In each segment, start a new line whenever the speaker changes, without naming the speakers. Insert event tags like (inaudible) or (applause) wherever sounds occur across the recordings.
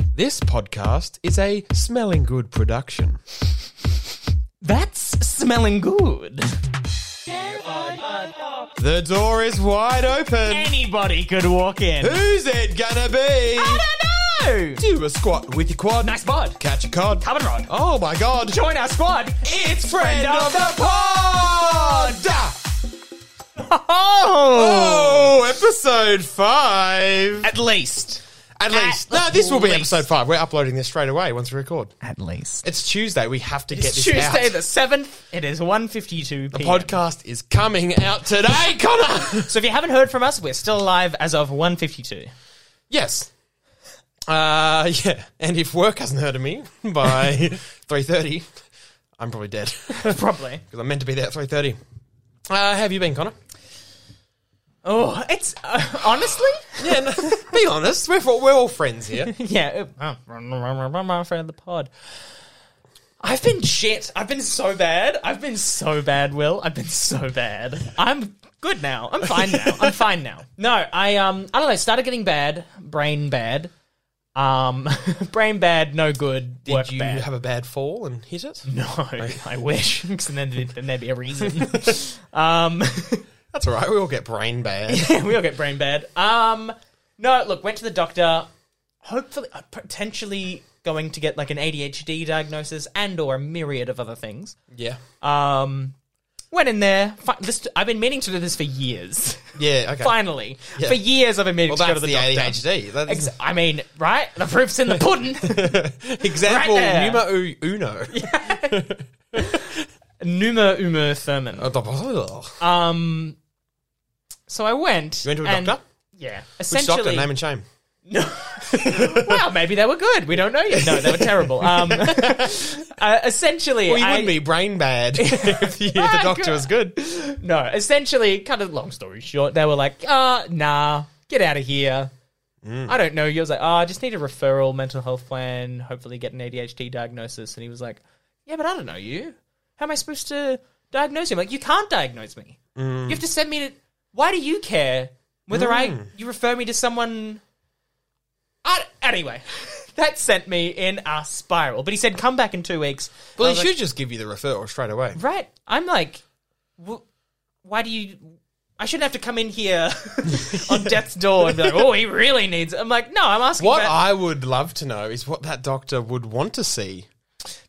This podcast is a smelling good production.
That's smelling good.
The door is wide open.
Anybody could walk in.
Who's it gonna be?
don't know.
Do a squat with your quad.
Nice bod.
Catch a cod.
Carbon rod.
Oh my god.
Join our squad.
It's friend of the pod.
Oh,
Oh, episode five.
at least.
At least.
At
no, this will be
least.
episode five. We're uploading this straight away once we record.
At least.
It's Tuesday. We have to get
It's
this
Tuesday
out.
the seventh. It is one fifty-two p.m.
Podcast is coming out today, Connor.
So if you haven't heard from us, we're still alive as of one fifty-two. (laughs)
yes. Uh, (laughs) yeah. And if work hasn't heard of me (laughs) by three thirty, I'm probably dead (laughs) because
Probably.
I'm meant to be there at three thirty. Uh, how have you been, Connor?
Oh, it's uh, honestly.
Yeah, no, (laughs) be honest. We're all, we're all friends (laughs) here.
Yeah. it- uh, (laughs) my friend of the pod. I've been shit. I've been so bad. I've been so bad, Will. I've been so bad. I'm good now.
(laughs)
I'm fine now. I'm fine now. No, I um I don't know, started getting bad, brain bad. Um (laughs) brain bad, no good,
Did
work
you
bad.
have a bad fall and hit it?
no, (laughs) I wish. (laughs) 'cause then there'd, then there'd be
(laughs)
a reason. um
That's all right. We all get brain (laughs) bad.
(laughs) we all get brain bad. Um, no, look, went to the doctor. Hopefully, uh, potentially going to get like an ADHD diagnosis and or a myriad of other things.
yeah.
Um, went in there. Fi- this, I've been meaning to do this for years. (laughs)
Yeah. Okay.
Finally, for years I've been meaning
Well,
to go
that's
to
the,
the, doctor.
ADHD. That is
Ex- I mean, right? The proof's in the
(laughs)
pudding.
example
Right there.
numero uno.
Numa Uma Thurman.
Uh, you
Um, so I went.
went to a
and-
doctor?
Yeah,
Which
essentially.
doctor? Name and shame.
No. well, maybe they were good. We don't know yet. No, they were terrible.
(laughs)
Um, uh, essentially,
Well, you
I-
wouldn't be brain bad (laughs) if you, the
Ah,
doctor
good.
was good.
(laughs) No, essentially, kind of long story short, they were like, uh, nah, get out of here. I don't know. He was like, oh, I just need a referral, mental health plan, hopefully get an ADHD diagnosis. And he was like, yeah, but I don't know you. How am I supposed to diagnose you? I'm like, you can't diagnose me. You have to send me to. Why do you care whether I you refer me to someone? I, anyway, (laughs) that sent me in a spiral. But he said, come back in two weeks.
Well, he
I was like,
should just give you the referral straight away.
Right. I'm like, well, why do you? I shouldn't have to come in here (laughs) on death's door and be like, oh, he really needs. I'm like, no, I'm asking.
What
about-
I would love to know is what that doctor would want to see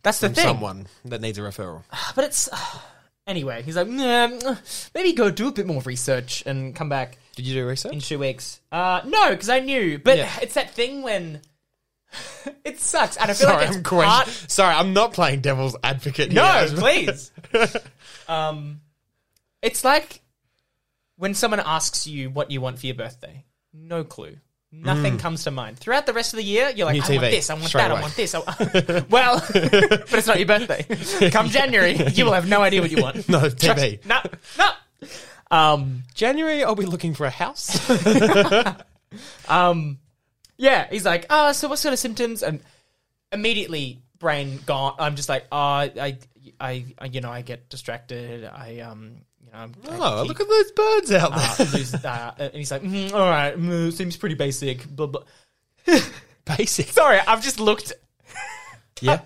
That's the thing.
someone that needs a referral.
But it's (sighs) anyway. He's like, nah, maybe go do a bit more research and come back
Did you do
in
research?
two weeks. Uh, no, because I knew. But
Yeah.
it's that thing when (laughs) it sucks, and I feel
Sorry,
like it's
I'm going,
part.
Sorry, I'm not playing devil's advocate.
No,
here.
please. (laughs) um, it's like when someone asks you what you want for your birthday. No clue. Nothing comes to mind. Throughout the rest of the year, you're like,
Mm. New
I
TV,
want this, I want
straight
that,
away.
I
(laughs)
want this. (laughs) I wa- well, (laughs) but it's not your birthday. Come January, you will have no idea what you want.
(laughs) no TV.
No, no. Um,
January, I'll be looking for a
(laughs)
house.
um, yeah, he's like, oh, so what sort of symptoms? And immediately, brain gone. I'm just like, oh, I, I, I, you know, I get distracted. I, um, you know, I'm,
Oh,
I
look at those birds out there.
uh,
(laughs)
lose that. And he's like, mm, all right, mm, seems pretty basic. Blah blah.
Basic.
(laughs) Sorry, I've just looked.
Yeah.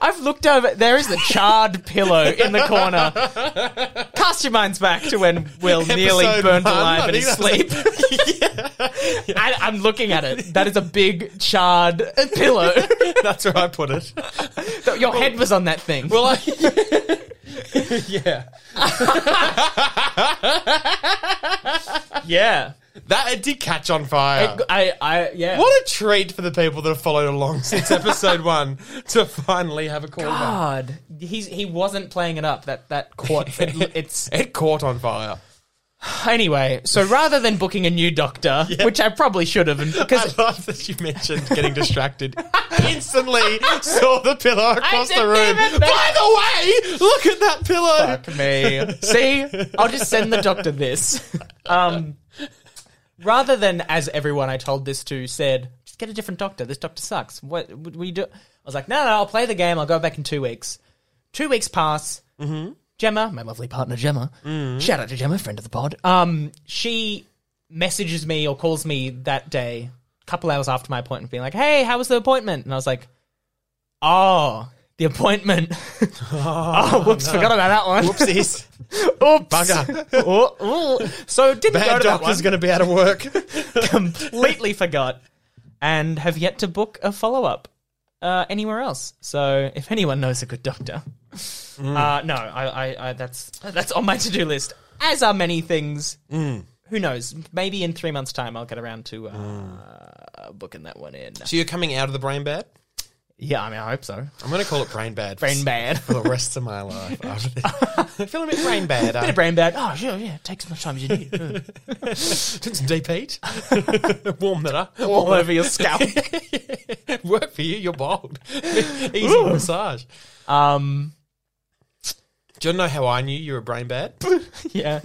I've looked over. There is the charred pillow in the corner.
(laughs)
Cast your minds back to when Will nearly
Episode
burned
one,
alive
I
in his
think
sleep.
(laughs)
And I'm looking at it. That is a big charred pillow.
That's where I put it.
Your head was on that thing.
Well, I. (laughs) yeah.
yeah.
That it did catch on fire.
I, I, yeah.
what a treat for the people that have followed along since
(laughs)
episode one to finally have a call back.
God, he's he wasn't playing it up. That that court, it, it's
It caught on fire.
Anyway, so rather than booking a new doctor, which I probably should have,
I
because
love that you mentioned getting (laughs) distracted. Instantly saw the pillow across the
didn't
room.
even
By the way, look at that pillow.
fuck me. See, I'll just send the doctor this. Um, rather than as everyone I told this to said, just get a different doctor. This doctor sucks. What would we do? I was like, no, no, I'll play the game. I'll go back in two weeks. Two weeks pass. Mm-hmm. Gemma, my lovely partner Gemma, shout out to Gemma, friend of the pod. Um, she messages me or calls me that day couple hours after my appointment being like, hey, how was the appointment? And I was like, oh, the appointment. (laughs) oh, whoops, forgot about that one.
Whoopsies.
(laughs) Oops.
Bugger.
(laughs) oh, oh. So didn't go
Bad
to that
doctor's
one.
going to be out of work.
Completely forgot, and have yet to book a follow up uh, anywhere else. So if anyone knows a good doctor, uh, no, I, I, I, that's that's on my to do list. As are many things. Who knows? Maybe in three months' time, I'll get around to uh, booking that one
(laughs)
in.
so you're coming out of the brain bad?
Yeah, I mean, I hope so.
I'm going to call it brain bad.
Brain bad. (laughs)
For the rest of my (laughs) life. After this. (laughs) I feel a bit brain bad.
Bit
Uh,
of brain bad. Oh, sure, yeah. Take as much time as you need.
some deep (laughs) heat. Warm that up.
(laughs) All over your scalp.
Work for you. You're bald. (laughs) Easy
Ooh.
massage.
(laughs) Um,
Do you know how I knew you were brain bad?
(laughs) yeah.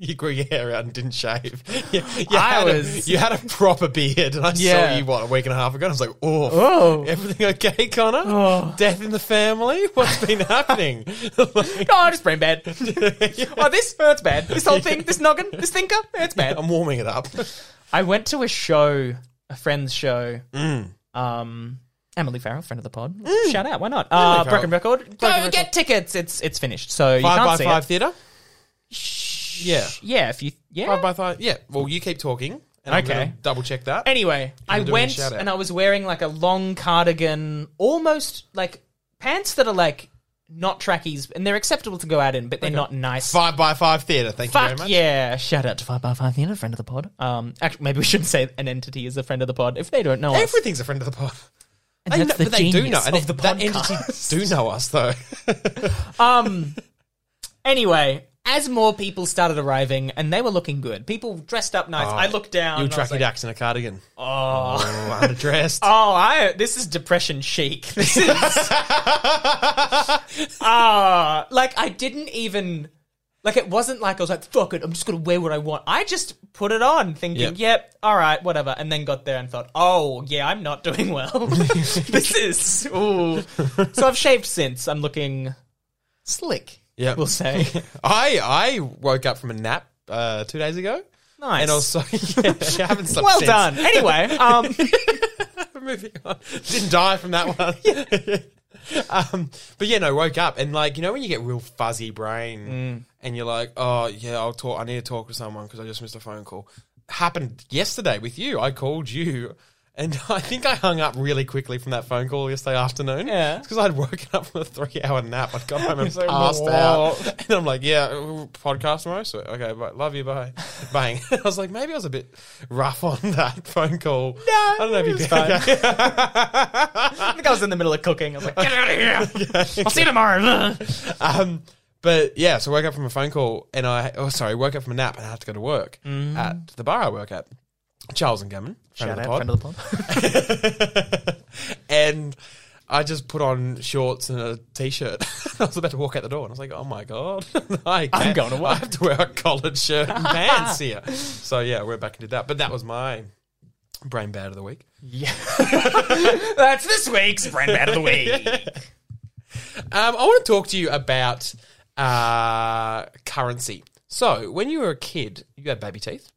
you grew your hair out and didn't shave. (laughs) You, you
I
had
was-
A, you had a proper beard, and I
Yeah.
saw you what a week and a half ago. And I was like, oh.
Oh.
Everything okay, Connor? Death in the family? What's
(laughs)
been happening? (laughs) Like,
Oh, just brain (laughs) bad. Oh, this oh, that's bad. This whole thing, this noggin, this thinker, that's bad.
I'm warming it up.
(laughs) I went to a show, a friend's show. Um, Emily Farrell, friend of the pod. Shout out, why not? Uh,
Farrell.
Broken Record. Go
Broken
get tickets. It's it's finished. So you
Five
can't
by
see
five
it.
theatre? Yeah.
Yeah, if you yeah.
Five by five. Yeah. Well, you keep talking, and I'm
Okay.
going to double check that.
Anyway, I
doing a
went
shout out.
and I was wearing like a long cardigan, almost like pants that are like not trackies, and they're acceptable to go out in, but they're not nice.
five by five theatre. Thank you very
Fuck
much.
yeah! Shout out to Five by Five Theatre, friend of the pod. Um, actually, maybe we shouldn't say an entity is a friend of the pod if they don't know us.
Everything's a friend of the pod.
And
They
that's
know,
the
but they do
genius
know. And
of the
that
podcast.
entity do know us, though.
Um. anyway, as more people started arriving, and they were looking good, people dressed up nice. I looked down.
Oh, You
and I was
tracky
like,
ducks in a cardigan. Oh,
Oh,
underdressed.
(laughs) oh, I. This is depression chic. (laughs) This is. Ah, like I didn't even. Like it wasn't like I was like, fuck it, I'm just gonna wear what I want. I just put it on thinking,
Yep.
yep, alright, whatever, and then got there and thought, oh yeah, I'm not doing
(laughs)
well. (laughs) this is ooh. So I've shaved since. I'm looking slick.
Yep. (laughs)
We'll say.
I I woke up from a nap uh, two days ago,
Nice.
and also (laughs) yeah, I
(laughs)
haven't slept.
well
since.
done. Anyway,
(laughs)
um
Moving on. Didn't die from that
(laughs)
one. (laughs) um, but yeah, no, woke up and like you know when you get real fuzzy brain
Mm.
and you're like, oh yeah, I'll talk. I need to talk to someone because I just missed a phone call. Happened yesterday with you. I called you. And (laughs) I think I hung up really quickly from that phone call yesterday afternoon.
Yeah.
because I'd woken up from a three-hour nap. I'd
(laughs)
gone home and
like,
passed
"Whoa."
out, (laughs) and I'm like, "Yeah, ooh, podcast tomorrow. So okay, bye. Love you, bye, (laughs) bang." I was like, maybe I was a bit rough on that (laughs) phone call. No, I don't know if
it
you
was
did. (laughs)
fine.
Okay.
I think I was in the middle of cooking. I was like, get
(laughs)
out of here. I'll see you tomorrow.
Um, but yeah, so I woke up from a phone call and I, oh, sorry, woke up from a nap and I had to go to work at the bar I work at, Charles and Gammon. friend of
Mm. Shout
the
out,
pod.
friend of the
(laughs)
pod.
and I just put on shorts and a t-shirt. (laughs) I was about to walk out the door, and I was like, "Oh my god, (laughs) I can't,
I'm going to work.
I have to wear a collared shirt and pants
(laughs)
here." So yeah, I went back and did that. But that was my brain bad of the week.
(laughs) That's this week's friend out of the week.
(laughs) Um, I want to talk to you about uh, currency. So when you were a kid, you had baby teeth.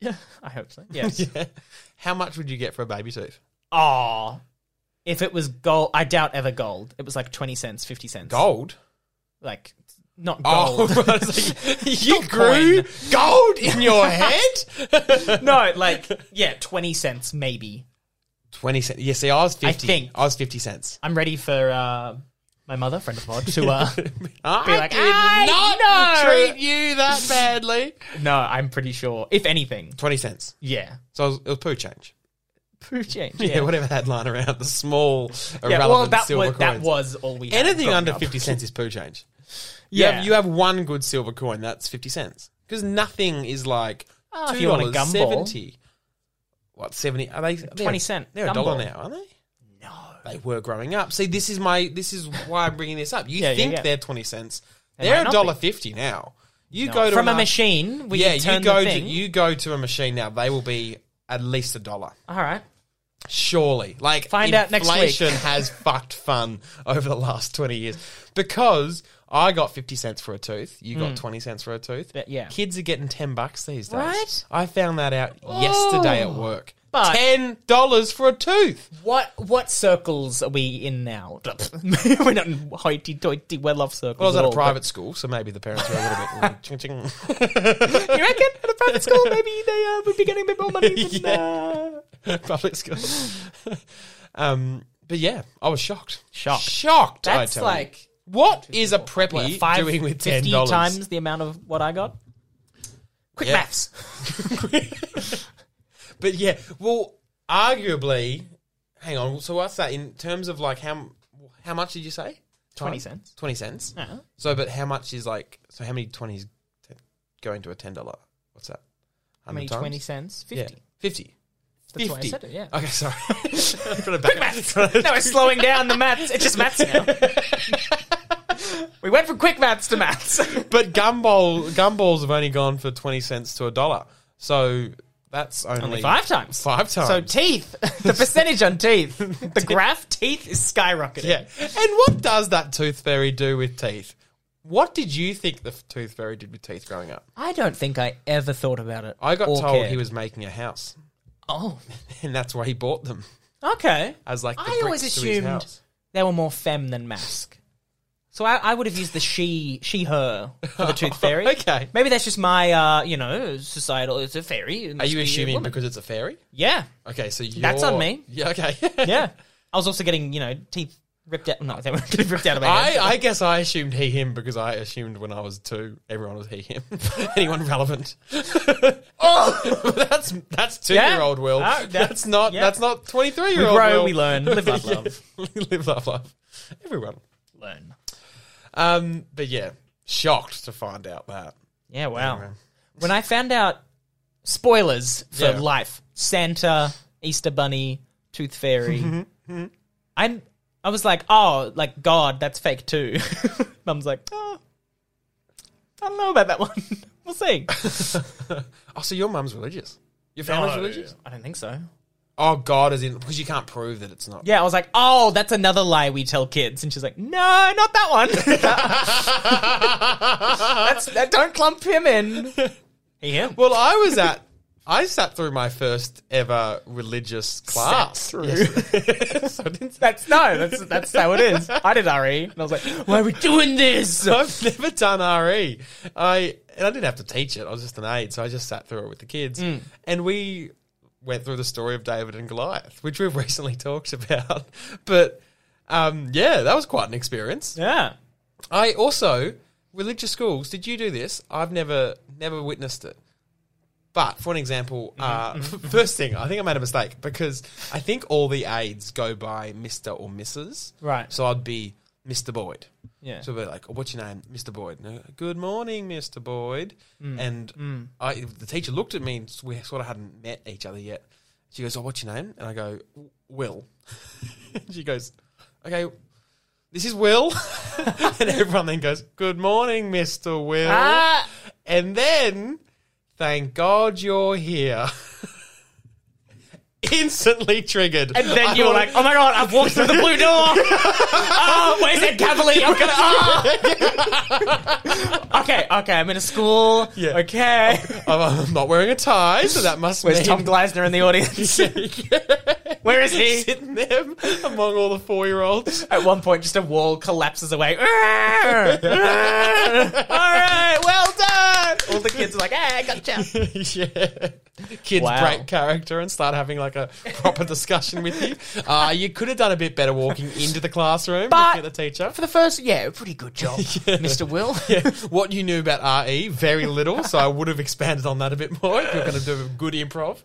Yeah, I hope so.
(laughs)
Yes.
How much would you get for a baby tooth?
Aw. If it was gold, I doubt ever gold. It was like 20 cents, 50 cents.
Gold.
Like, not
Oh, (laughs)
gold.
I was like, you grew
coin.
gold in your head. (laughs)
(laughs) no, like, yeah, 20 cents maybe.
20 cents. Yeah, see, I was 50. I
think.
I was 50 cents.
I'm ready for uh, my mother, friend of pod, to. Uh,
(laughs) I
like, "I know."
treat you that badly.
no, I'm pretty sure. If anything,
20 cents.
yeah.
So it was, it was poo change. (laughs)
Poo change.
Yeah,
Yeah,
whatever I had lying around, the small,
Yeah,
irrelevant
well, that
silver
was,
coins.
that was all we had.
Anything
growing
under
up.
50 cents is poo change. You,
Yeah.
have, you have one good silver coin, that's 50 cents. Because nothing is like
Ah, if
two
you want a
dollars
gumball.
seventy. What seventy? Are they twenty
cent
They're a dollar
gumball.
now, aren't they? No, they were growing up. See, this is my this is why I'm bringing this up. You
Yeah, yeah,
think
yeah.
they're twenty cents?
might
they're a
not
dollar fifty now. You go to
From a
an-
machine, we
Yeah,
turn
you go
the
to
thing.
you go to a machine now. They will be at least a dollar.
All right.
Surely, like
Find out next week. (laughs)
Inflation has fucked fun over the last twenty years because I got fifty cents for a tooth. You got twenty cents for a tooth.
But Hmm. yeah.
kids are getting ten bucks these days.
Right?
I found that out yesterday at work.
Oh. But
Ten dollars for a tooth.
what what circles are we in now? (laughs) we're not in hoity toity well off circles.
Well, I was
at
at a
all,
private school, so maybe the parents were a little bit. like, (laughs) ching, ching.
but- You reckon at a private school maybe they uh, would be getting a bit more money than
(laughs)
uh,
public school. (laughs) um, but yeah, I was shocked.
Shocked.
Shocked. I
That's
tell
like
you. what is a preppy
what, five
doing with ten
50
dollars?
times the amount of what I got. Quick
Yeah.
maths.
But yeah, well, arguably, hang on. So what's that in terms of like how how much did you say?
Twenty cents.
Twenty cents.
Uh-huh.
So, but how much is like? So how many twenties t- go into a ten dollar? What's that?
How many twenty cents? Fifty.
Yeah, fifty.
That's why I
50.
said it, yeah.
Okay, sorry. (laughs) I'm trying to back- (laughs) trying to-
no, it's slowing down the maths. It's just maths now. (laughs) we went from quick maths to maths.
But gumball gumballs have only gone for twenty cents to a dollar. So that's only,
Only (laughs) five times.
Five times.
So teeth, the percentage on teeth,
(laughs)
the graph teeth is skyrocketing.
yeah. And what does that tooth fairy do with teeth? What did you think the f- tooth fairy did with teeth growing up?
I don't think I ever thought about it.
I got
or
told
cared.
he was making a house, (laughs)
Oh,
and that's why he bought them.
okay.
As like the
I always
bricks to his
assumed
house.
they were more femme than mask. So I, I would have used the she, she, her for the tooth fairy.
(laughs) Okay.
Maybe that's just my, uh, you know, societal. It's a fairy.
Are you assuming because it's a fairy?
Yeah,
Okay, so you
That's on me.
Yeah, okay. (laughs)
yeah. I was also getting, you know, teeth ripped out. No, they were (laughs) getting ripped
(laughs)
out of my head.
I, I guess I assumed he him because I assumed when I was two everyone was he him. (laughs) Anyone relevant? (laughs) oh, (laughs) that's that's two year old Will.
Ah,
that's,
that's-
not
yeah.
that's not twenty three year
We
old.
grow,
Will.
we
(laughs)
learn. Live, love, love.
Yeah. live, love, love. Everyone.
Learn.
Um, but yeah, shocked to find out that.
Yeah, wow.
Anyway.
When I found out spoilers for
Yeah.
life, Santa, Easter Bunny, Tooth (laughs) Fairy, I I was like, oh, like God, that's fake too. (laughs) Mum's like, oh, I don't know about that one. (laughs) we'll see.
Oh, so your mum's religious. Your family's religious?
I don't think so.
Oh God, as in because you can't prove that it's not.
Yeah, I was like, oh, that's another lie we tell kids, and she's like, no, not that (laughs) one. that's that, don't clump him in. He him.
Well, I was at. I sat through my first ever religious class.
(laughs)
Yes. (laughs) So I didn't
That's no, that's that's how it is. I did RE, and I was like, "Why are we
(laughs)
doing this?" (laughs)
I've never done RE. I and I didn't have to teach it. I was just an aide, so I just sat through it with the kids, and we went through the story of David and Goliath, which we've (laughs) recently talked about. But um, yeah, that was quite an experience.
Yeah,
I also religious schools. Did you do this? I've never never witnessed it. But for an example, uh, (laughs) first thing I think I made a mistake because I think all the aides go by Mister or Mrs.
Right.
So I'd be Mister Boyd.
yeah.
So we're like, oh, what's your name, Mr. Boyd? And I go, Good morning, Mr. Boyd.
Mm.
And I, the teacher looked at me, and s- we sort of hadn't met each other yet. She goes, oh, what's your name? And I go, "W- Will. (laughs) she goes, okay, this is Will. (laughs) and everyone then goes, good morning, Mr. Will.
Ah,
And then, thank God you're here. (laughs) Instantly triggered.
and then
I
you were
wanna-
like, "Oh my god, I've walked through the blue door."
(laughs)
oh, where's Ed Cavalier? I'm gonna. Oh. (laughs) okay, okay, I'm in a school.
Yeah. (laughs)
Okay.
"Oh, I'm, I'm not wearing a tie, so that must
Where's
mean-
Tom Gleisner in
(laughs)
the audience? (laughs) Where is he?
sitting there among all the four year (laughs) olds.
At one point, just a wall collapses away. (laughs) All right, well done. All the kids are like, "Hey, gotcha."
(laughs) yeah. Kids
Wow.
break character and start having like a proper discussion with you. Uh, you could have done a bit better walking into the classroom
But-
looking at the (laughs) teacher.
For the first, yeah, pretty
(laughs)
good job, Mr. Will.
What you knew about RE, very little, so I would have expanded on that a bit more if you're going to do a good improv.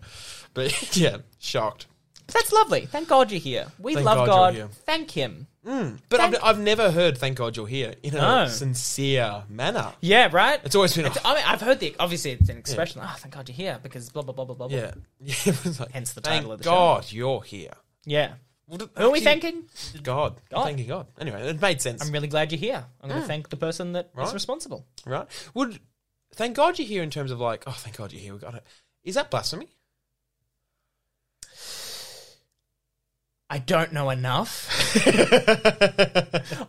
But (laughs) yeah, shocked.
That's lovely. Thank God you're here. We
Thank
love
God you're
God.
here.
Thank Him.
But I've, I've never heard, thank God you're here, in a
No.
sincere manner.
Yeah, right?
It's always been,
I mean, I've heard the. Obviously, it's an expression. Oh, thank God you're here because blah, blah, blah, blah, blah. blah.
(laughs) yeah. (laughs) yeah it was like,
Hence the
thank
title of the show.
God you're here.
Yeah.
Well, th-
Who are we
actually-
thanking?
God.
God.
Thanking God. Anyway, it made sense.
I'm really glad you're here. I'm going to thank the person that is
Ah. Right.
responsible.
right? Would thank God you're here in terms of like, oh, thank God you're here. We got it. Is that (laughs) blasphemy?
I don't
(laughs)
know enough. I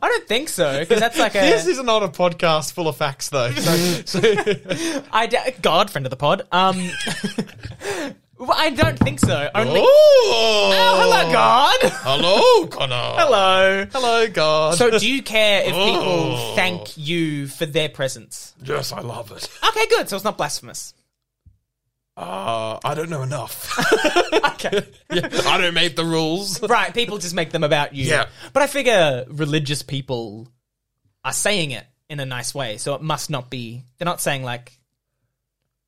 don't think so because that's like
This
a.
is not a podcast full of facts, (laughs) though. So, so-
I d- God, friend of the pod. Um, (laughs) Well, I don't think so. Only.
(laughs) Oh,
Oh, hello, God.
Hello, Connor.
hello.
Hello, God.
So, do you care if
Oh.
people thank you for their presence?
yes, I love it.
Okay, good. So it's
(laughs)
not blasphemous.
Uh, I don't know enough. (laughs)
Okay.
Yeah, I don't make the rules.
right, people just make them about you.
Yeah.
But I figure religious people are saying it in a nice way, so it must not be. They're not saying like,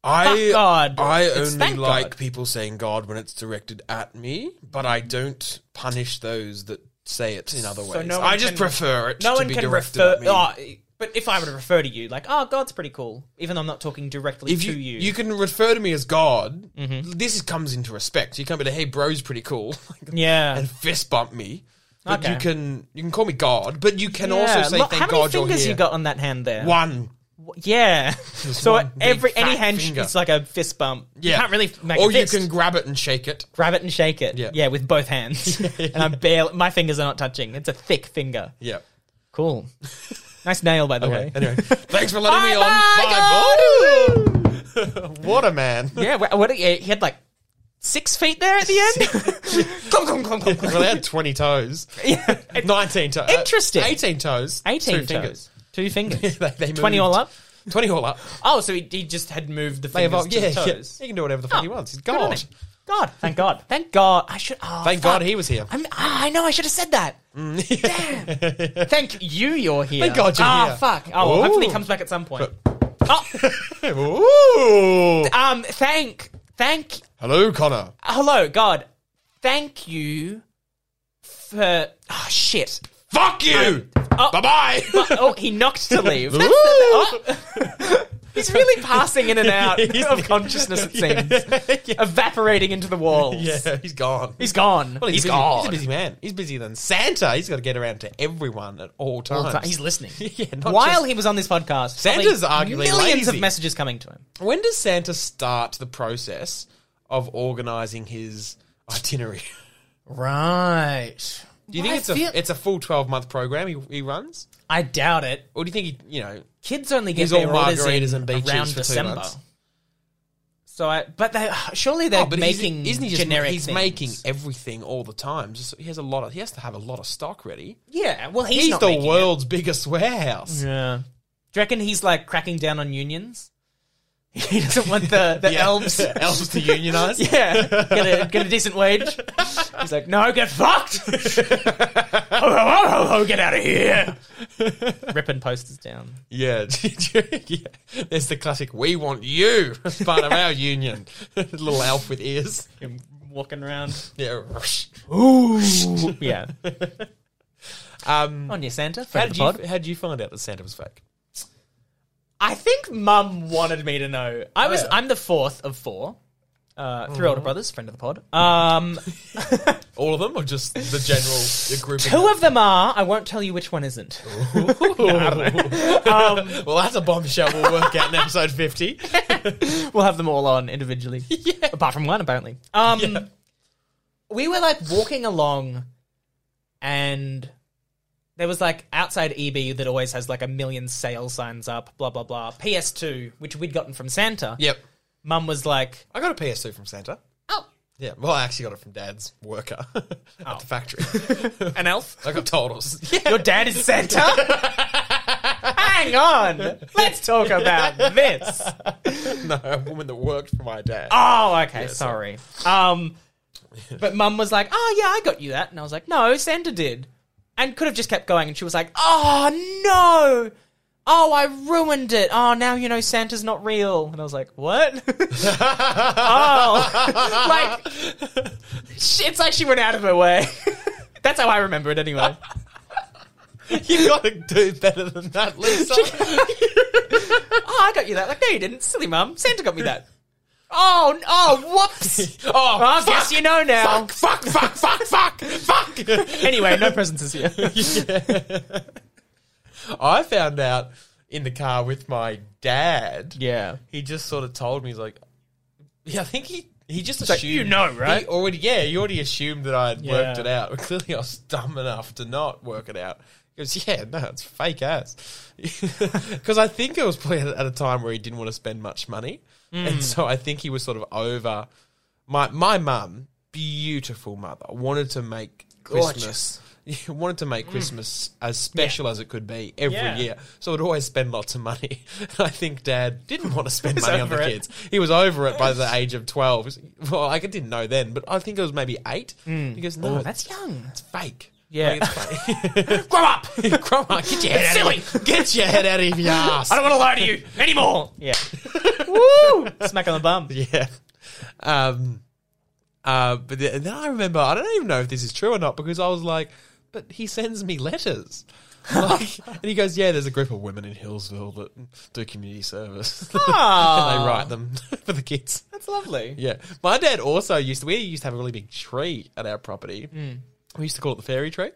I
Fuck God.
I
It's
only
thank
like
God.
people saying God when it's directed at me, but I don't punish those that say it in other ways.
no one
I just
can-
prefer it
no
to
one
be
can
directed
refer.
at me.
Oh, but if I were to refer to you, like, oh, God's pretty cool, even though I'm not talking directly
if
to
you,
you. Mm-hmm.
you can refer to me as God, this is, comes into respect. You can't be like, "Hey, bro's pretty cool," (laughs)
yeah.
and fist bump me. But
Okay.
you can you can call me God, but you can also
Yeah.
say,
Look,
"Thank
How many
God you're
fingers
here."
you got on that hand there?
One.
Yeah. so
one big
every any
fat
hand
finger.
it's like a fist bump.
Yeah.
You can't really make
or
a fist.
you can grab it and shake it.
grab it and shake it.
Yeah.
with both (laughs) hands. and I'm barely my fingers are not touching. It's a thick finger.
Yeah.
Cool. nice nail by the
Okay.
way. (laughs)
Anyway, (laughs) thanks for letting me on.
Bye,
Bye, boy. (laughs) what a man.
Yeah, wha- what he had like six feet there at the end. (laughs) Clomp, clomp, clomp, clomp,
Well,
clomp.
they had 20 toes.
(laughs) Yeah.
19 toes.
Interesting.
18 toes.
Eighteen
two (laughs)
toes.
fingers.
Two (laughs) fingers.
they, they
Twenty all
moved.
up.
20 all
(laughs)
up.
Oh, so he, he just had moved the
They
fingers
evolved-
to
yeah,
the
yeah.
toes.
He can do whatever the
Oh,
fuck he wants. He's
good on
God.
him. God, thank God, thank God. I should. Oh,
Thank
fuck.
God he was here.
I'm, ah, I know. I should have said that. (laughs) Damn. Thank you. You're here.
Mm. Thank God you're
Ah,
here.
fuck. Oh, well, hopefully
Ooh.
he comes back at some point. oh,
(laughs) Ooh.
um, thank, thank.
Hello, Connor.
Hello, God. Thank you for. Oh shit.
Fuck you.
Oh.
Bye bye.
Oh, he knocked to
(laughs)
leave. That's the-
Ooh.
oh. (laughs) He's really passing in and
(laughs)
out
He's-
of consciousness. It seems
(laughs) yeah.
evaporating into the walls.
yeah, he's gone.
He's gone.
Well,
he's
busy-
gone.
He's a busy man. He's busier than Santa. He's got to get around to everyone at all
All
times.
the time. He's listening.
(laughs) yeah, not
While
just-
he was on this podcast,
Santa's
probably
arguably
millions
lazy.
of messages coming to him.
when does Santa start the process of organizing his itinerary? (laughs)
Right.
Do you think it's a it's a full twelve month program he, he runs,
I doubt it.
or do you think he you know
Kids only get
He's
their
all
orders
margaritas
in
and beaches
around
for two
December.
months.
So I, but they surely they're
Oh, but he's-
making
isn't he just
generic.
he's
things.
making everything all the time. Just, he has a lot of he has to have a lot of stock ready.
yeah. Well, he's,
He's,
not
the
making
world's biggest warehouse.
it. Yeah. Do you reckon he's like cracking down on unions? (laughs) He doesn't want the,
(laughs)
the
Yeah. (laughs)
elves.
elves to (laughs) unionize.
(laughs) Yeah, get a, get a decent wage. He's like, no, get fucked. (laughs) ho, ho, ho, ho, ho, get out
(laughs)
of here. Ripping posters down.
Yeah. (laughs) yeah. There's the classic we want you as part of our union. (laughs) Little elf with ears.
Him walking around.
Yeah.
Ooh. (laughs) yeah.
Um
On your Santa.
how
Friend of
did
the
you
pod.
how did you find out that Santa was fake?
I think Mum wanted me to know. I was.
yeah.
I'm the fourth of four. Uh, three older brothers, friend of the pod. Um,
All of them or just the
(laughs)
general the group?
two of them are. I won't tell you which one isn't. (laughs) Um,
(laughs) well, that's a bombshell we'll work out in episode
(laughs)
50.
We'll have them all on (laughs) individually.
Yeah.
Apart from one, apparently. Um,
Yeah.
We were like walking along, and there was like outside EB that always has like a million sale signs up, blah, blah, blah. PS2, which we'd gotten from Santa.
Yep.
Mum was like,
I got a PS2 from Santa.
oh,
Yeah, well, I actually got it from Dad's worker (laughs) at
Oh.
the factory.
(laughs) an elf?
I got told it was. Yeah.
Your dad is Santa? Hang on. Let's talk about this.
(laughs) No, a woman that worked for my dad. (laughs)
Oh, okay.
sorry.
sorry. Um, but mum was like, "Oh yeah, I got you that," and I was like, "No, Santa did," and could have just kept going. And she was like, "Oh no, oh I ruined it. Oh now you know Santa's not real." And I was like, "What? (laughs) oh, (laughs) like sh- it's like she went out of her way." (laughs) That's how I remember it anyway.
you got to do better than that,
(laughs)
Lisa.
oh, I got you that. Like, no, you didn't, silly mum. Santa got me that. Oh, (laughs) oh, whoops.
oh,
I
fuck,
guess you know now.
fuck, fuck, fuck, fuck, fuck, fuck.
Anyway, no presents this year.
(laughs) I found out in the car with my dad.
(laughs) yeah.
He just sort of told me, he's like, yeah, I think he. He just
like,
assumed
you know, right?
He already, yeah, he already assumed that I had worked
Yeah.
it out. (laughs) But clearly, I was dumb enough to not work it out. He goes, yeah, no, it's fake ass. (laughs) Because I think
Hmm.
it was probably at a time where he didn't want to spend much money, and so I think he was sort of over my my mum, beautiful mother, wanted to make
Gorgeous.
Christmas. (laughs) wanted to make Christmas as special as it could be every
Mm. Yeah.
year, so would always spend lots of money. (laughs) I think Dad didn't want to
(laughs)
spend
was
money on
over
the
it.
kids. He was over it by the
(laughs)
age of twelve. He's like, Well, like, I didn't know then, but I think it was maybe eight. He goes, "No,
Oh,
that's
that's young.
fake."
Yeah.
Like, it's fake. (laughs)
Grow up. I
Grow up, get your head
It's
out of your- Get your head out of
(laughs)
your ass.
don't want to lie to you anymore. Yeah. Woo! Smack on the (laughs) bum.
(laughs) Yeah. Um, uh, but th- then I remember, I don't even know if this is true or not because I was like, but he sends me letters. (laughs) Like, and he goes, yeah, there's a group of women in Hillsville that do community service. (laughs) and they
Ah,
write them (laughs) for the kids.
that's lovely.
Yeah. My dad also used to, we used to have a really big tree at our property. We used to call it the fairy tree.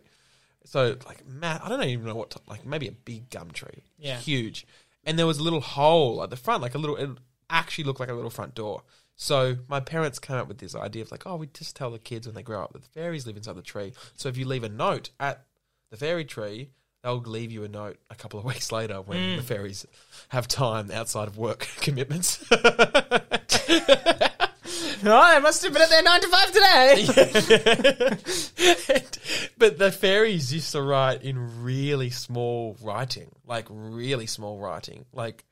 So, like, Matt, I don't even know what, to, like, maybe a big gum tree.
Yeah.
Huge. And there was a little hole at the front, like a little, it actually looked like a little front door. So, my parents came up with this idea of, like, oh, we just tell the kids when they grow up that the fairies live inside the tree. So, if you leave a note at the fairy tree, they'll leave you a note a couple of (laughs) weeks later when the fairies have time outside of work (laughs) commitments.
Oh, they must have been at their nine to five today.
but the fairies used to write in really small writing, like really small writing. Like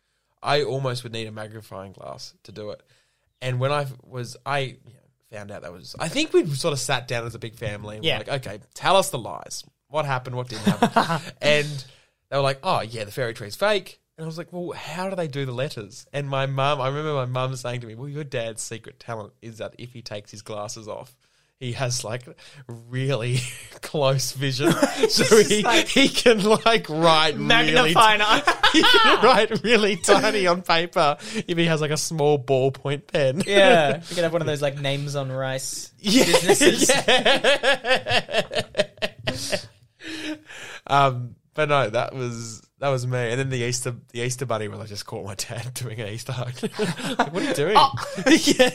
I almost would need a magnifying glass to do it. And when I was, I you know, found out that was. I think we sort of sat down as a big family. And
Yeah.
We're like, okay, tell us the lies. What happened? What didn't
(laughs)
happen? and they were like, oh yeah, the fairy tree's fake. And I was like, well, how do they do the letters? And my mum, I remember my mum saying to me, well, your dad's secret talent is that if he takes his glasses off, he has like really (laughs) close
(laughs)
vision, so
just
he,
like-
he can like write really
(laughs)
(laughs)
Magnifying
he can write really tiny on paper if he has like a small ballpoint pen.
(laughs) Yeah, we could have one of those like names on rice.
yeah. (laughs)
Businesses.
um, but no, that was that was me. And then the Easter the Easter bunny when I just caught my dad (laughs) doing an Easter hug. Like, what are you doing?
Oh, (laughs)
yeah.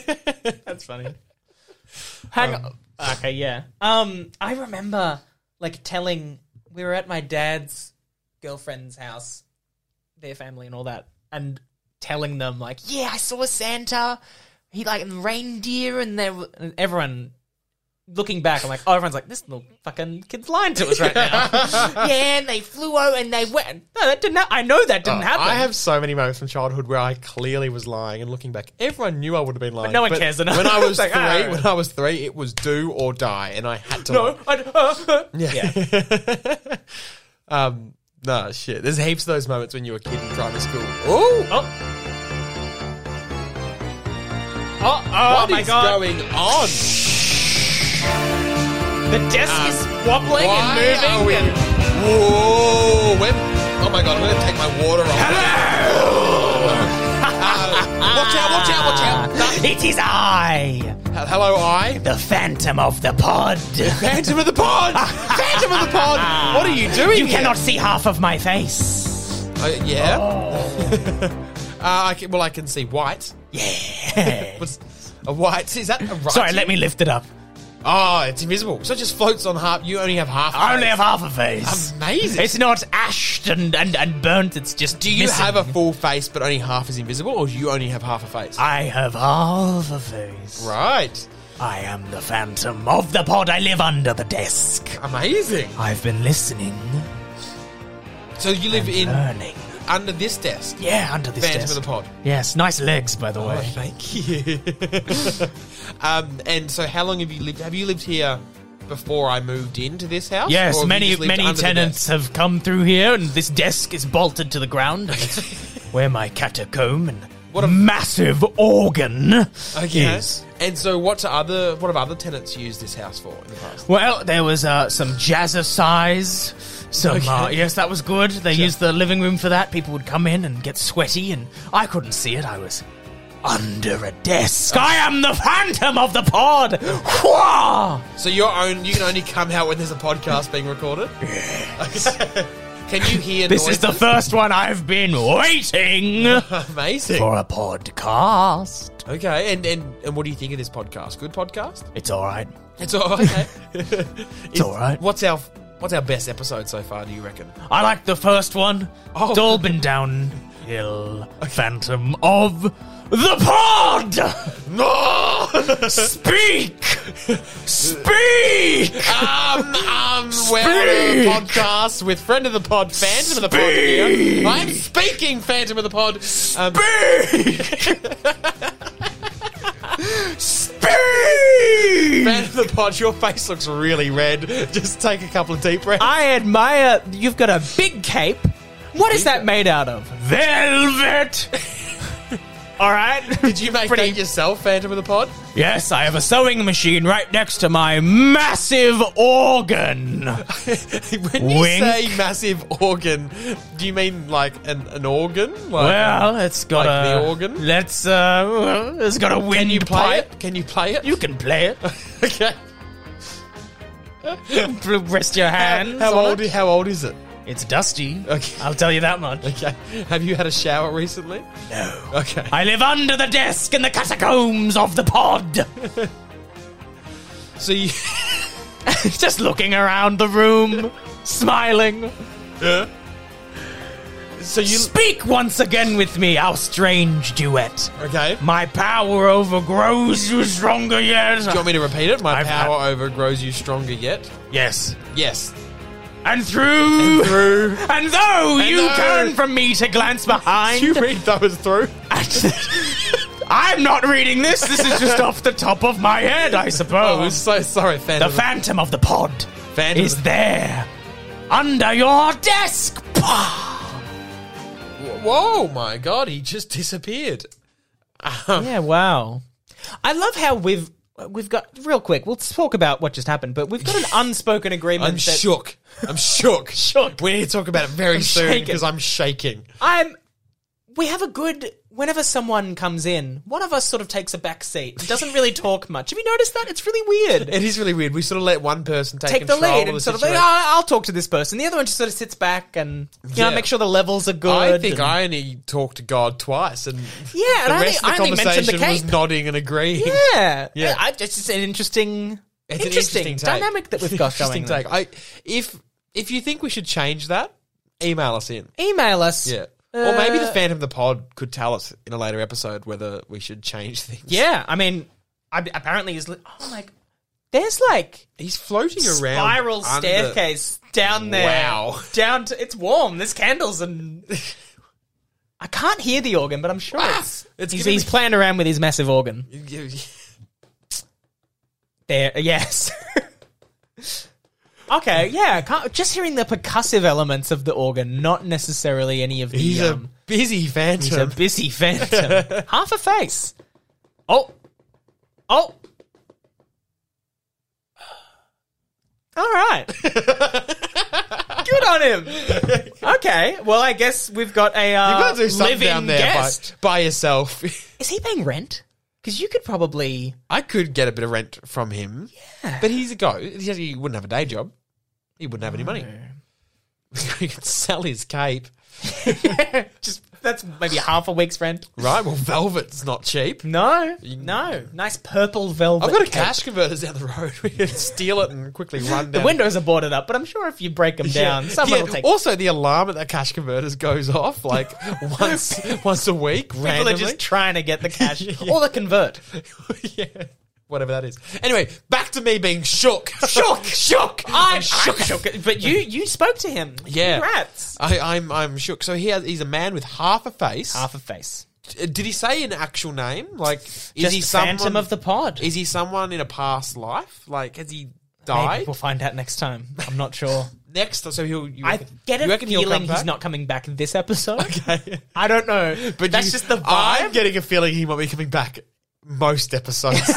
That's funny. Hang on. Okay, yeah. Um, I remember like telling we were at my dad's girlfriend's house, their family and all that, and telling them like, yeah, I saw Santa. He like and reindeer and there were- and everyone. Looking back, I'm like, oh, everyone's like, this little fucking kid's lying to us right now. yeah, and they flew over and they went. No, that didn't. Ha- I know that didn't happen.
Oh, I have so many moments from childhood where I clearly was lying, and looking back, everyone knew I would have been lying.
no one cares enough. (laughs)
When I was
It's like,
three,
ah.
when I was three, it was do or die, and I had to.
no,
lie. (laughs)
I, uh, uh.
um, nah, shit. There's heaps of those moments when you were a kid in primary school. Ooh,
Oh. Oh, oh
what
my
is
god.
going on?
The desk
Um,
is wobbling and
Why are
moving.
we?
and-
Whoa! We're, oh my god! I'm gonna take my water off. Uh, watch out! Watch out! Watch out!
Ah, (laughs) It is I,
Hello, I.
the phantom of the pod.
Phantom of the Pod! Phantom of the Pod! What are you doing?
You
here?
cannot see half of my face.
Uh, yeah. (laughs) uh, I can, well, I can see white.
Yeah.
What's a white? Is that a right?
(laughs) Sorry, let me lift it up.
Oh, it's invisible. So it just floats on half. You only have half.
I only have half a face.
Amazing.
It's not ashed and, and, and burnt, it's just.
do you have a full face but only half is invisible, or do you only have half a face?
I have half a face.
right.
I am the phantom of the pod. I live under the desk.
Amazing.
I've been listening,
So you live in
learning.
under this desk.
Yeah, under this
Phantom
desk.
of the Pod.
Yes, nice legs, by the
Oh,
way.
thank you. (laughs) um, and so, how long have you lived? Have you lived here before I moved into this house? Or
Yes,
have you
many
just lived
many
under the
tenants have come through here, and this desk is bolted to the ground. And
(laughs)
it's where my catacomb and
What a-
massive organ
desk? Okay.
is.
And so, what to other what have other tenants used this house for in the past?
Well, there was uh, some jazzercise. Some uh,
Okay.
yes, that was good. They used the living room for that. People would come in and get sweaty, and I couldn't see it. I was under a
Uh.
desk. I am the phantom of the pod. Whoa!
So, your own you can only come out when there's a podcast being
(laughs)
recorded. Okay. Can you hear?
This is the
noises?
first one I've been waiting
(laughs) amazing.
for a podcast.
Okay, and, and and what do you think of this podcast? Good podcast.
It's all right.
It's all okay. (laughs) it's
all right.
What's our what's our best episode so far? Do you reckon?
I like the first one.
Oh.
It's all been down Hill, Phantom of the Pod!
No!
Speak!
(laughs)
Speak!
um, um, we're on a podcast with friend of the pod, Phantom of the Pod here.
Speak.
I'm speaking, Phantom of the Pod. Um,
Speak! Speak!
Phantom of the Pod, your face looks really red. Just take a couple of deep breaths.
I admire you've got a big cape. What is that made out of? (laughs) Velvet! Alright?
Did you make
Pretty-
that yourself, Phantom of the Pod?
(laughs)
(laughs)
Yes, I have a sewing machine right next to my massive organ.
when you
Wink.
say massive organ, do you mean like an, an organ? Like,
Well, it's got
Like
a
the organ?
Let's uh, well, it's got a
can you play
windpipe.
it? Can you play it?
You can play it.
(laughs) okay.
Rest your hands.
How
on
old?
it.
How old is it?
It's dusty.
Okay.
I'll tell you that much.
Okay. Have you had a shower recently?
(laughs) No.
Okay.
I live under the desk in the catacombs of the pod. (laughs)
So you.
Just looking around the room, smiling.
So you.
Speak once again with me, our strange duet.
Okay. Do
My power overgrows you stronger yet.
you want me to repeat it? My
I've had-
power overgrows you stronger yet.
Yes.
Yes.
And (laughs) through.
Through.
And though you
though-
turn from me to glance behind,
You read those through.
I'm not reading this. This is just off the top of my head, I
Oh, I'm
suppose.
so sorry, Phantom.
Um, the Phantom of the Pod
Phantom.
is there under your desk. Pah!
Whoa, my God! He just disappeared.
Yeah, wow. I love how we've we've got real quick. We'll talk about what just happened, but we've got an
(laughs)
unspoken agreement.
I'm
that
shook. I'm shook.
(laughs) Shook.
We need to talk about it very soon
shaking.
because I'm shaking.
I'm. We have a good. Whenever someone comes in, one of us sort of takes a back seat. and Doesn't really talk much. Have you noticed that? It's really weird.
It is really weird. We sort of let one person take,
take the
control
lead
of the
and sort of like,
situation.
oh, I'll talk to this person. The other one just sort of sits back and you know
Yeah.
make sure the levels are good.
I think
and-
I only talked to God twice, and
yeah, and
the
I only,
rest
I
of the
only mentioned the
conversation was
cape.
nodding and agreeing. (laughs)
yeah,
Yeah.
I, it's just an interesting,
It's an
interesting,
interesting take.
dynamic that we've got
(laughs) Interesting
going.
take. I, if if you think we should change that, email us in.
there. Email us.
Yeah. or maybe the
Uh,
Phantom of the Pod could tell us in a later episode whether we should change things.
Yeah, I mean, I, apparently is. li- Oh my! g- There's like
He's floating around.
spiral
under- (laughs)
staircase down there.
Wow.
Down to it's warm. There's candles and. I can't hear the organ, but I'm sure it's,
Ah, It's
he's,
giving
he's
me-
playing around with his massive organ.
It's
There, yes. (laughs) okay, yeah. Can't, just hearing the percussive elements of the organ, not necessarily any of the.
He's a
um,
busy
he's a (laughs)
phantom.
busy
(laughs)
phantom. Half a face. Oh, oh. All
(laughs)
right. Good on him. Okay. Well, I guess we've got a uh,
you got to do something
living
down there by,
guest.
by yourself. (laughs)
Is he paying rent? Because you could probably.
I could get a bit of rent from him, but he's a go. He he wouldn't have a day job. He wouldn't have any money. (laughs) he could sell his cape,
just that's maybe half a week's rent.
right? Well, velvet's not cheap.
No, no. Nice purple velvet.
I've got a
cape.
cash converters down the road. (laughs) We can steal it and quickly run down.
The windows are boarded up, but I'm sure if you break them
Yeah.
down, someone
Yeah,
will take.
Also, the alarm at the cash converters goes off like
(laughs)
once once a week.
People
randomly.
are just trying to get the cash
(laughs)
or the convert.
yeah, whatever that is. Anyway, back to me being shook,
(laughs) Shook.
shook. (laughs)
I'm
shook.
shook, shook. But you, you spoke to him.
Yeah,
Congrats.
I, I'm I'm shook. So he has, he's a man with half a face.
Half a face.
Uh, Did he say an actual name? Like, is
Just
he
Phantom
someone?
of the Pod.
is he someone in a past life? Like, has he
Maybe
died?
we'll find out next time. I'm not sure.
Next, so he'll. You
(laughs) I
reckon-
get
you
a
reckon he'll
feeling
come
he's
back? (laughs)
not coming back this episode.
Okay.
I don't know,
(laughs)
but that's
you-
just the
I'm (laughs)
vibe.
getting a feeling he might be coming back most
(laughs)
episodes.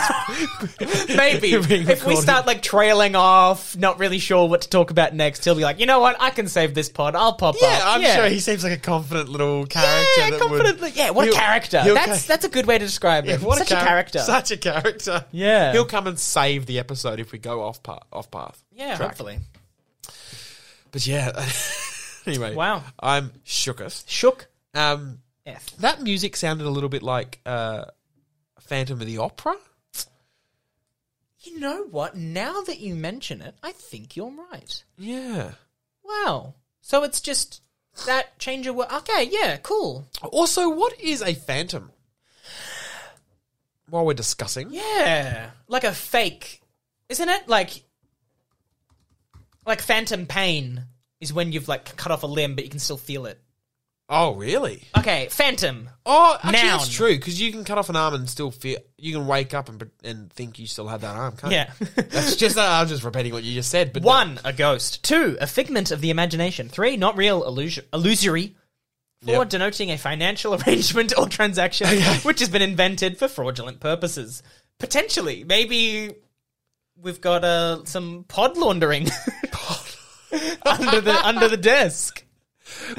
Maybe
being
if we
recorded.
start like trailing off, not really sure what to talk about next, he'll be like, you know what, I can save this pod. I'll pop
Yeah,
up.
I'm sure he seems like a confident little character.
Yeah,
that
confidently.
Would,
yeah, what a
he'll-
character.
he'll ca-
That's that's a good way to describe
yeah,
him.
what
Such
char-
a character.
Such a character.
Yeah.
he'll come and save the episode if we go off path. Off path.
yeah,
track.
hopefully.
But yeah. (laughs) anyway,
Wow.
I'm shooketh.
Shook.
Um,
F.
that music sounded a little bit like uh, Phantom of the Opera.
You know what? Now that you mention it, I think you're right.
Yeah.
Wow. So it's just that change of work. Okay, yeah, cool.
Also, what is a phantom? While we're discussing,
Yeah, like a fake, isn't it? Like, like phantom pain is when you've like cut off a limb, but you can still feel it.
oh really?
Okay, phantom.
Oh, actually,
Noun.
that's true because you can cut off an arm and still feel. You can wake up and and think you still had that arm. Can't
Yeah.
you? that's just. uh, I'm just repeating what you just said. But uh,
One, a ghost. Two, a figment of the imagination. Three, not real, illusion, illusory. Four,
Yep.
denoting a financial (laughs) arrangement
(laughs)
or transaction which has been invented for fraudulent purposes. Potentially, maybe we've got uh, some pod laundering (laughs) under the under the desk.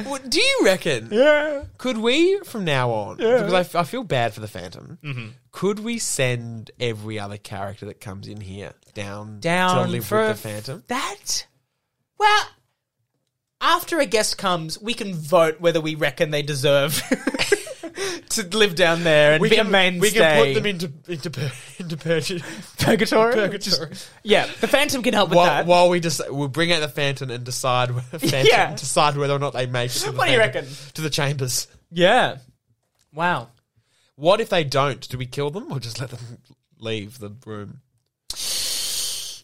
What- do you reckon?
Yeah.
Could we, from now on, because I, f- I feel bad for the Phantom,
Mm-hmm.
could we send every other character that comes in here down,
Down
to live
for
with the Phantom?
That. Well, after a guest comes, we can vote whether we reckon they deserve (laughs) to live down there and be a mainstay.
we can put them into into, pur- (laughs) into purgatory.
purgatory.
purgatory.
Yeah, the Phantom can help with
While,
that.
while we just we'll bring out the Phantom and decide whether, (laughs) Phantom,
(laughs) Yeah.
decide whether or not they make it. To the
What do you
Phantom-
reckon?
To the chambers.
Yeah. Wow.
What if they don't? Do we kill them or just let them leave the room?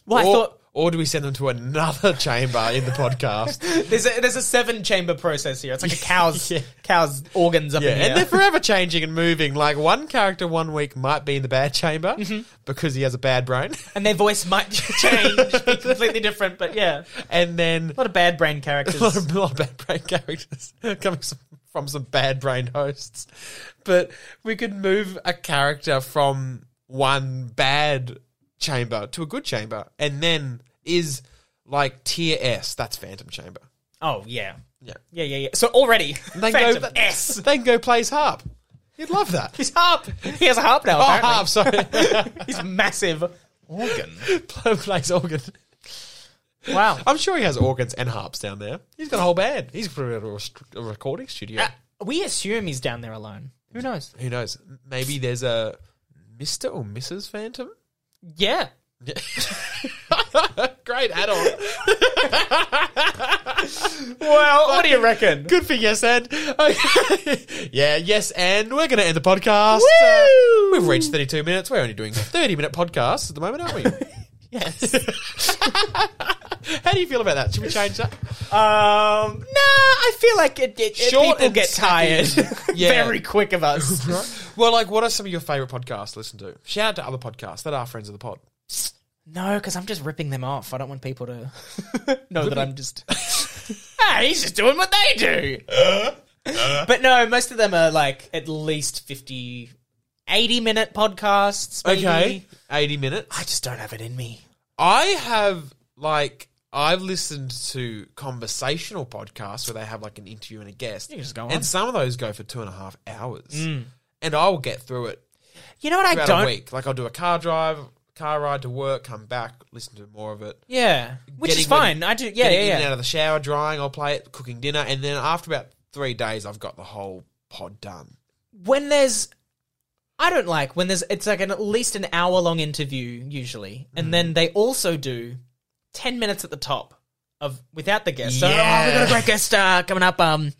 Well, I
or,
thought
or do we send them to another (laughs) chamber in the podcast?
(laughs) there's a, there's a seven chamber process here. It's like a (laughs) cow's
Yeah.
cow's organs up
Yeah,
in here.
and they're forever changing and moving. Like one character one week might be in the bad chamber
Mm-hmm.
because he has a bad brain, (laughs)
and their voice might (laughs) change, be completely different. But yeah,
and then
a lot of bad brain characters.
a lot (laughs) of, a lot of bad brain characters (laughs) coming some, from some bad brain hosts. But we could move a character from one bad chamber to a good chamber, and then is like tier S. That's Phantom Chamber.
oh yeah.
Yeah,
Yeah, yeah, yeah. So already,
they
Phantom
go
S.
(laughs) They can go plays harp. You'd love
(laughs)
that.
His harp. He has a harp now.
Oh,
apparently.
harp. Sorry,
His massive organ. (laughs)
(laughs) plays organ.
Wow.
I'm sure he has organs and harps down there. He's got a whole band. He's probably got a, rest- a recording studio.
Uh, we assume he's down there alone. Who knows?
Who knows? Maybe there's a Mr. or Mrs. Phantom? (laughs)
Yeah.
Yeah. Great add on.
Well, what do you reckon?
Good for yes, and. Okay. (laughs) yeah, yes, and we're going to end the podcast. Uh,
Woo!
we've reached 32 minutes. We're only doing 30 minute podcasts at the moment, aren't we?
(laughs) Yes.
(laughs) How do you feel about that? Should we change that?
Um, nah, I feel like it, it, it-
Short
people
and
get tired (laughs)
snappy. Yeah.
very quick
(laughs)
of us.
Well, like, what are some of your favourite podcasts to listen to? Shout out to other podcasts that are friends of the (laughs) pod.
No, because I'm just ripping them off. I don't want people to (laughs) know that I'm just. (laughs) ah, he's just doing what they do.
(laughs)
but no, most of them are like at least 50, 80 minute podcasts. Maybe.
Okay. 80 minutes.
I just don't have it in me.
I have like I've listened to conversational podcasts where they have like an interview and a guest.
You can just go on.
And some of those go for two and a half hours. And I'll get through it
You know what I
about a
don't?
week. Like I'll do a car drive, car ride to work, come back, listen to more of it.
Yeah. Which is
Getting
fine.
ready-
I do. Yeah,
Getting
yeah,
in and
yeah.
out of the shower, drying, I'll play it, cooking dinner, and then after about three days I've got the whole pod done.
when there's I don't like when there's it's like an at least an hour long interview usually, and then they also do ten minutes at the top of without the guest. So, oh, we got
Yeah.
a great guest uh, coming up. Um,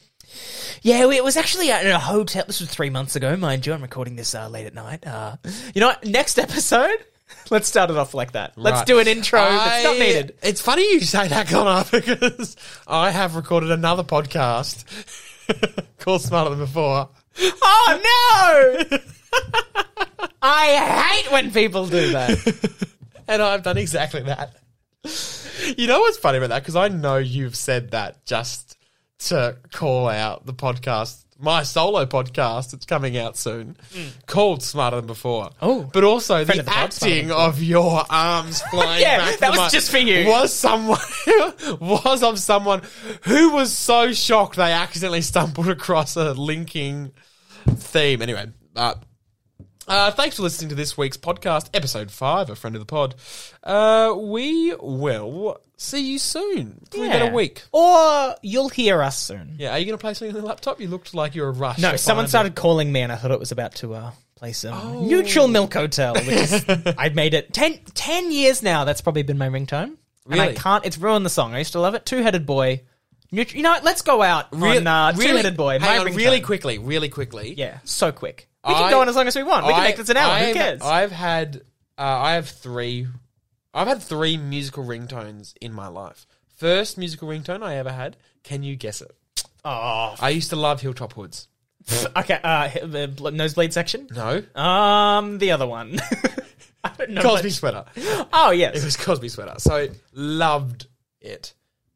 yeah, we, it was actually at a hotel. This was three months ago, mind you. I'm recording this uh, late at night. Uh, you know what? Next episode, (laughs) let's start it off like that. Let's
Right.
do an intro that's not
I-
needed.
It's funny you say that, Connor, (laughs) because I have recorded another podcast (laughs) called Smarter Than Before.
Oh no! (laughs) I hate when people do that.
(laughs) And I've done exactly that. You know what's funny about that? Because I know you've said that just to call out the podcast, my solo podcast that's coming out soon, called Smarter Than Before.
Mm. Oh.
But also the,
of the pod, Smarter Than
acting of your arms
(laughs)
flying
Yeah,
back. to
that
the
was
mic
just for you.
Was someone, (laughs) was of someone who was so shocked they accidentally stumbled across a linking theme. Anyway, uh, uh, thanks for listening to this week's podcast, episode five, a friend of the pod. Uh, we will see you soon. Probably about
Yeah.
a week.
Or you'll hear us soon.
Yeah, are you going to play something on the laptop? You looked like you were rushed.
No,
to
someone
find
started calling me, and I thought it was about to uh, play some
Oh.
Neutral Milk Hotel,
(laughs)
which is I've made it ten, 10 years now. That's probably been my ringtone, and I
Really?
can't. It's ruined the song. I used to love it. Two headed boy. Nutri- you know what? Let's go out.
Real-
on, uh,
really-
Two Minute Boy. my
Hang on,
ringtone.
really quickly, really quickly.
Yeah, so quick. We
I-
can go on as long as we want. We can
I-
make this an hour. Who
I've-
cares?
I've had uh, I have three I've had three musical ringtones in my life. First musical ringtone I ever had, can you guess it?
oh,
I used to love Hilltop Hoods.
f- okay. Uh, h- the bl- nosebleed section.
No.
Um, the other one. (laughs) I don't know.
Cosby
much-
Sweater.
Oh
It (laughs)
yes.
was Cosby Sweater. So loved it.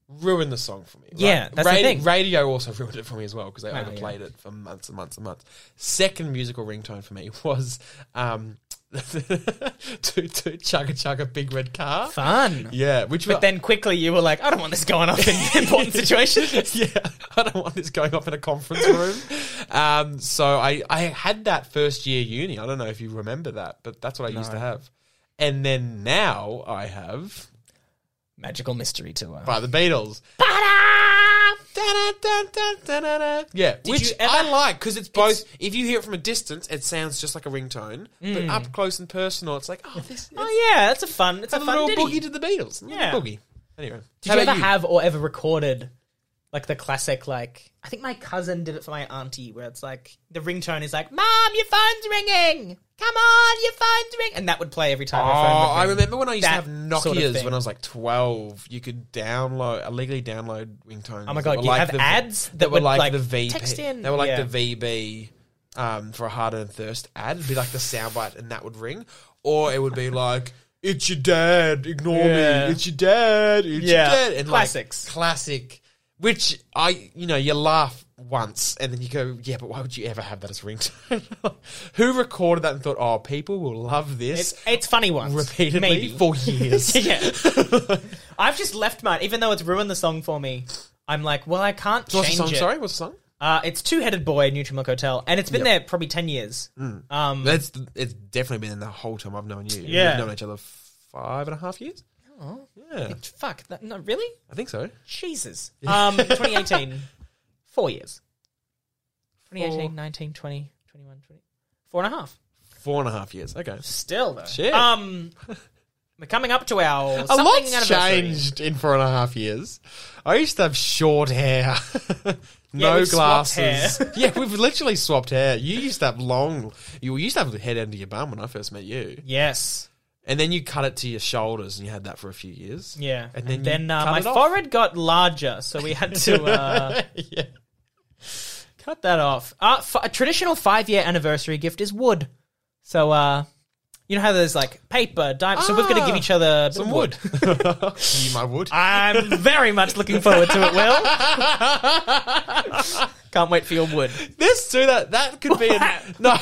Ruined the song for me. Like,
Yeah, that's the
radi-
thing.
Radio also ruined it for me as well because they
yeah.
overplayed it for months and months and months. Second musical ringtone for me (laughs) was um, (laughs) to, to Chugga Chugga Big Red Car.
Fun.
Yeah, which
But then quickly you were like, I don't want this going off in important
(laughs)
situations.
yeah, (laughs) I don't want this going off in a conference room.
(laughs)
um, so I, I had that first year uni. I don't know if you remember that, but that's what I used to have. And then now I have
Magical mystery uh, tour.
by the Beatles. Da-da-da-da-da-da-da. Yeah, which
you ever-
I like because it's both. if you hear it from a distance, it sounds just like a ringtone, but up close and personal, it's like oh, this it's
Mm. Oh yeah, that's a fun. It's a,
a
fun
little
ditty.
boogie to the Beatles.
Yeah.
Yeah, boogie. Anyway,
Did you ever have or ever recorded like the classic like I think my cousin did it for my auntie where it's like the ringtone is like mom your phone's ringing come on your phone's ring and that would play every time her phone
Oh,
would
I
ring.
remember when I used to
That
have Nokias
sort of thing.
when I was like 12. You could download, illegally download ringtones.
Oh my
that
god,
were
do you
like
have
the-
ads that,
That were like, the
V
VB.
text in?
They were like
Yeah.
the VB um, for a hard and thirst ad. It'd be like the soundbite and that would ring. Or it would
(laughs)
be like, it's your dad, ignore
Yeah.
me. It's your dad, it's
Yeah.
your dad. And like,
Classics.
classic. Which I, you know, you laugh once and then you go, yeah, but why would you ever have that as a ringtone? (laughs) Who recorded that and thought, oh, people will love this?
It's, it's funny ones
repeatedly
maybe.
for (laughs) years.
yeah. I've just left mine, even though it's ruined the song for me. I'm like, well, I can't
What's the
change
song?
it.
Sorry, what's the song?
Uh, it's Two Headed Boy, Nutrimilk Hotel, and it's been there probably ten years.
Hmm.
Um,
That's it's definitely been in the whole time I've known you.
Yeah.
we've known each other five and a half years.
oh.
Yeah,
fuck, that, no, really?
I think so.
Jesus.
(laughs)
Um, 2018, four years. 2018,
Four.
19, 20, 21, 20. Four and a half.
Four and a half years. Okay,
Still though.
Shit.
Um, we're coming up to our
a
something
lot's
anniversary.
changed in four and a half years. I used to have short hair, (laughs) no
we've swapped
glasses.
hair.
(laughs) yeah, we've literally swapped hair. You used to have long. You used to have the head end of your bum when I first met you,
Yes.
and then you cut it to your shoulders, and you had that for a few years.
Yeah.
and then, you
uh,
cut
my
it off.
forehead got larger, so we had
(laughs)
to uh,
(laughs) yeah.
cut that off. Uh, f- a traditional five-year anniversary gift is wood. So uh, you know how there's like paper, dime. so we're going to give
Ah,
each other a bit
Some
of
wood. (laughs) you my wood.
I'm very much looking forward to it, Will. Can't wait for your wood.
This do that. That could be an, no,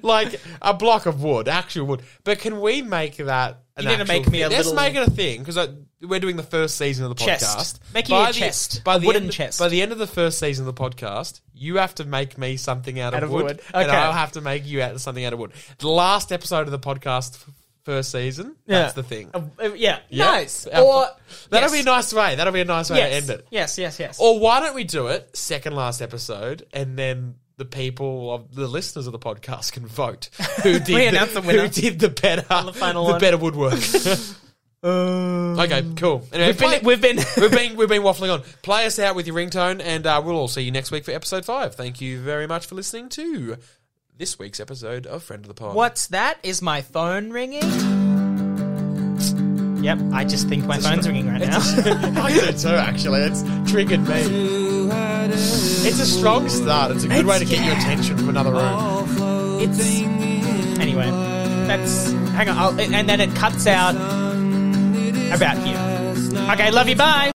(laughs) like a block of wood, actual wood. But can we make that? An
You need to
actual
make me a
thing?
little-
Let's make it a thing because we're doing the first season of the podcast.
Chest. Make it
By
your
the-
chest.
by
A
the
wooden
end,
chest.
By the end of the first season of the podcast, you have to make me something out, of, wood, and
Okay.
I'll have to make you out something out of wood. The last episode of the podcast, f- first season.
Yeah.
That's the thing.
Uh, uh, yeah.
Yep.
Nice.
Our-
Or
that'll
yes.
be a nice way. That'll be a nice way
yes.
to end it.
Yes, yes, yes.
Or why don't we do it second last episode, and then the people of the listeners of the podcast can
(laughs)
vote who did
We
the,
announce the winner.
who did the better the,
final one. Mm.
better woodwork. (laughs) okay, cool. Anyway,
we've been,
play-
we've
(laughs)
been
we've been we've been waffling on. Play us out with your ringtone, and uh, we'll all see you next week for episode five. Thank you very much for listening to this week's episode of Friend of the Pod.
What's that? Is my phone ringing? Yep, I just think my phone's ringing right
(laughs)
now.
I do too. Actually, it's triggered me. It's
(laughs)
a strong start. It's a good way to get your attention from another
Oh.
room.
It's anyway. That's hang on, I'll, and then it cuts out about here. Okay, love you. Bye.